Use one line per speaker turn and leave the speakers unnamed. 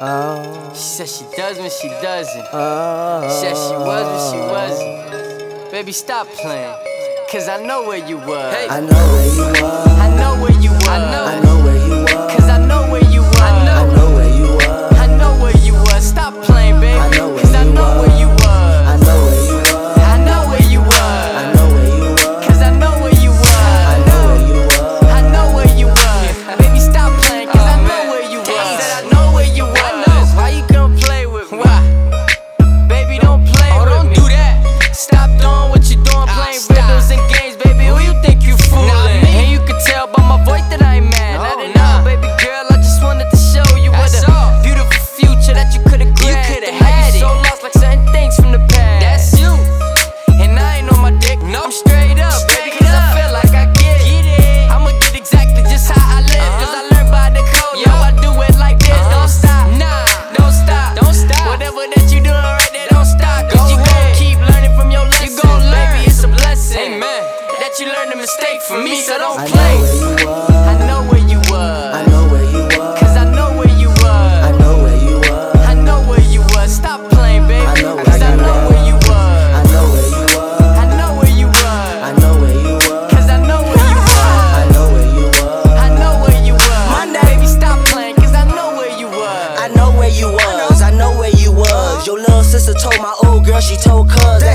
Oh.
She says she does when she doesn't.
Oh.
Said she was when she
Uh.
wasn't. Baby, stop playing. Cause I know where you was.
I know where you was.
I know where you was.
I know where you was.
Cause I know where you was.
I know where you was.
I know where you was. Stop playing, baby.
I know where
Cause I
you
know
was.
where you
I
was.
know where you was.
I know where you
I
was.
know where you was.
Cause I know where you
I
was.
know where you was.
I know where you was. Baby, stop playing. Cause I know where you was. Said I know where you was. Why you gonna play with me? Why? Baby, don't play with me. Ah, do that. Stop doing what you're doing, playing riddles and games, baby. Who you think you fooling? And you can tell by my voice that I ain't mad. I didn't know, baby girl. I just wanted to show you what a beautiful future that you could've grabbed. You could've had it. So lost, like certain things from the past. That's you. And I ain't on my dick. No, I'm straight up, baby, 'cause I feel like I get, it. Uh-huh. I'ma get exactly just how I live, 'cause I learned by the code. Yo, I do it like this. Don't stop, Uh-huh. nah, don't stop, don't stop. Whatever that you doing right there, don't stop. 'Cause you gon' keep learning from your lessons. You gon' learn, baby, it's a blessing. Amen. That you learned a mistake from me, so don't
I know
play.
where you was.
I know where you
I
was,
know where you was.
'cause I know where you
I
was.
know where you was.
I know where you was. Stop playing, baby,
I know where
'cause I
you
know
was.
where you
I
was.
know where you was.
I know where you was.
I know where you was.
Cause I know where you
I
was.
know where you was.
I know where you was. Monday, baby, stop playing. Cause I know where you was.
I know where you was, I know where you was. Your little sister told my old girl, she told cuz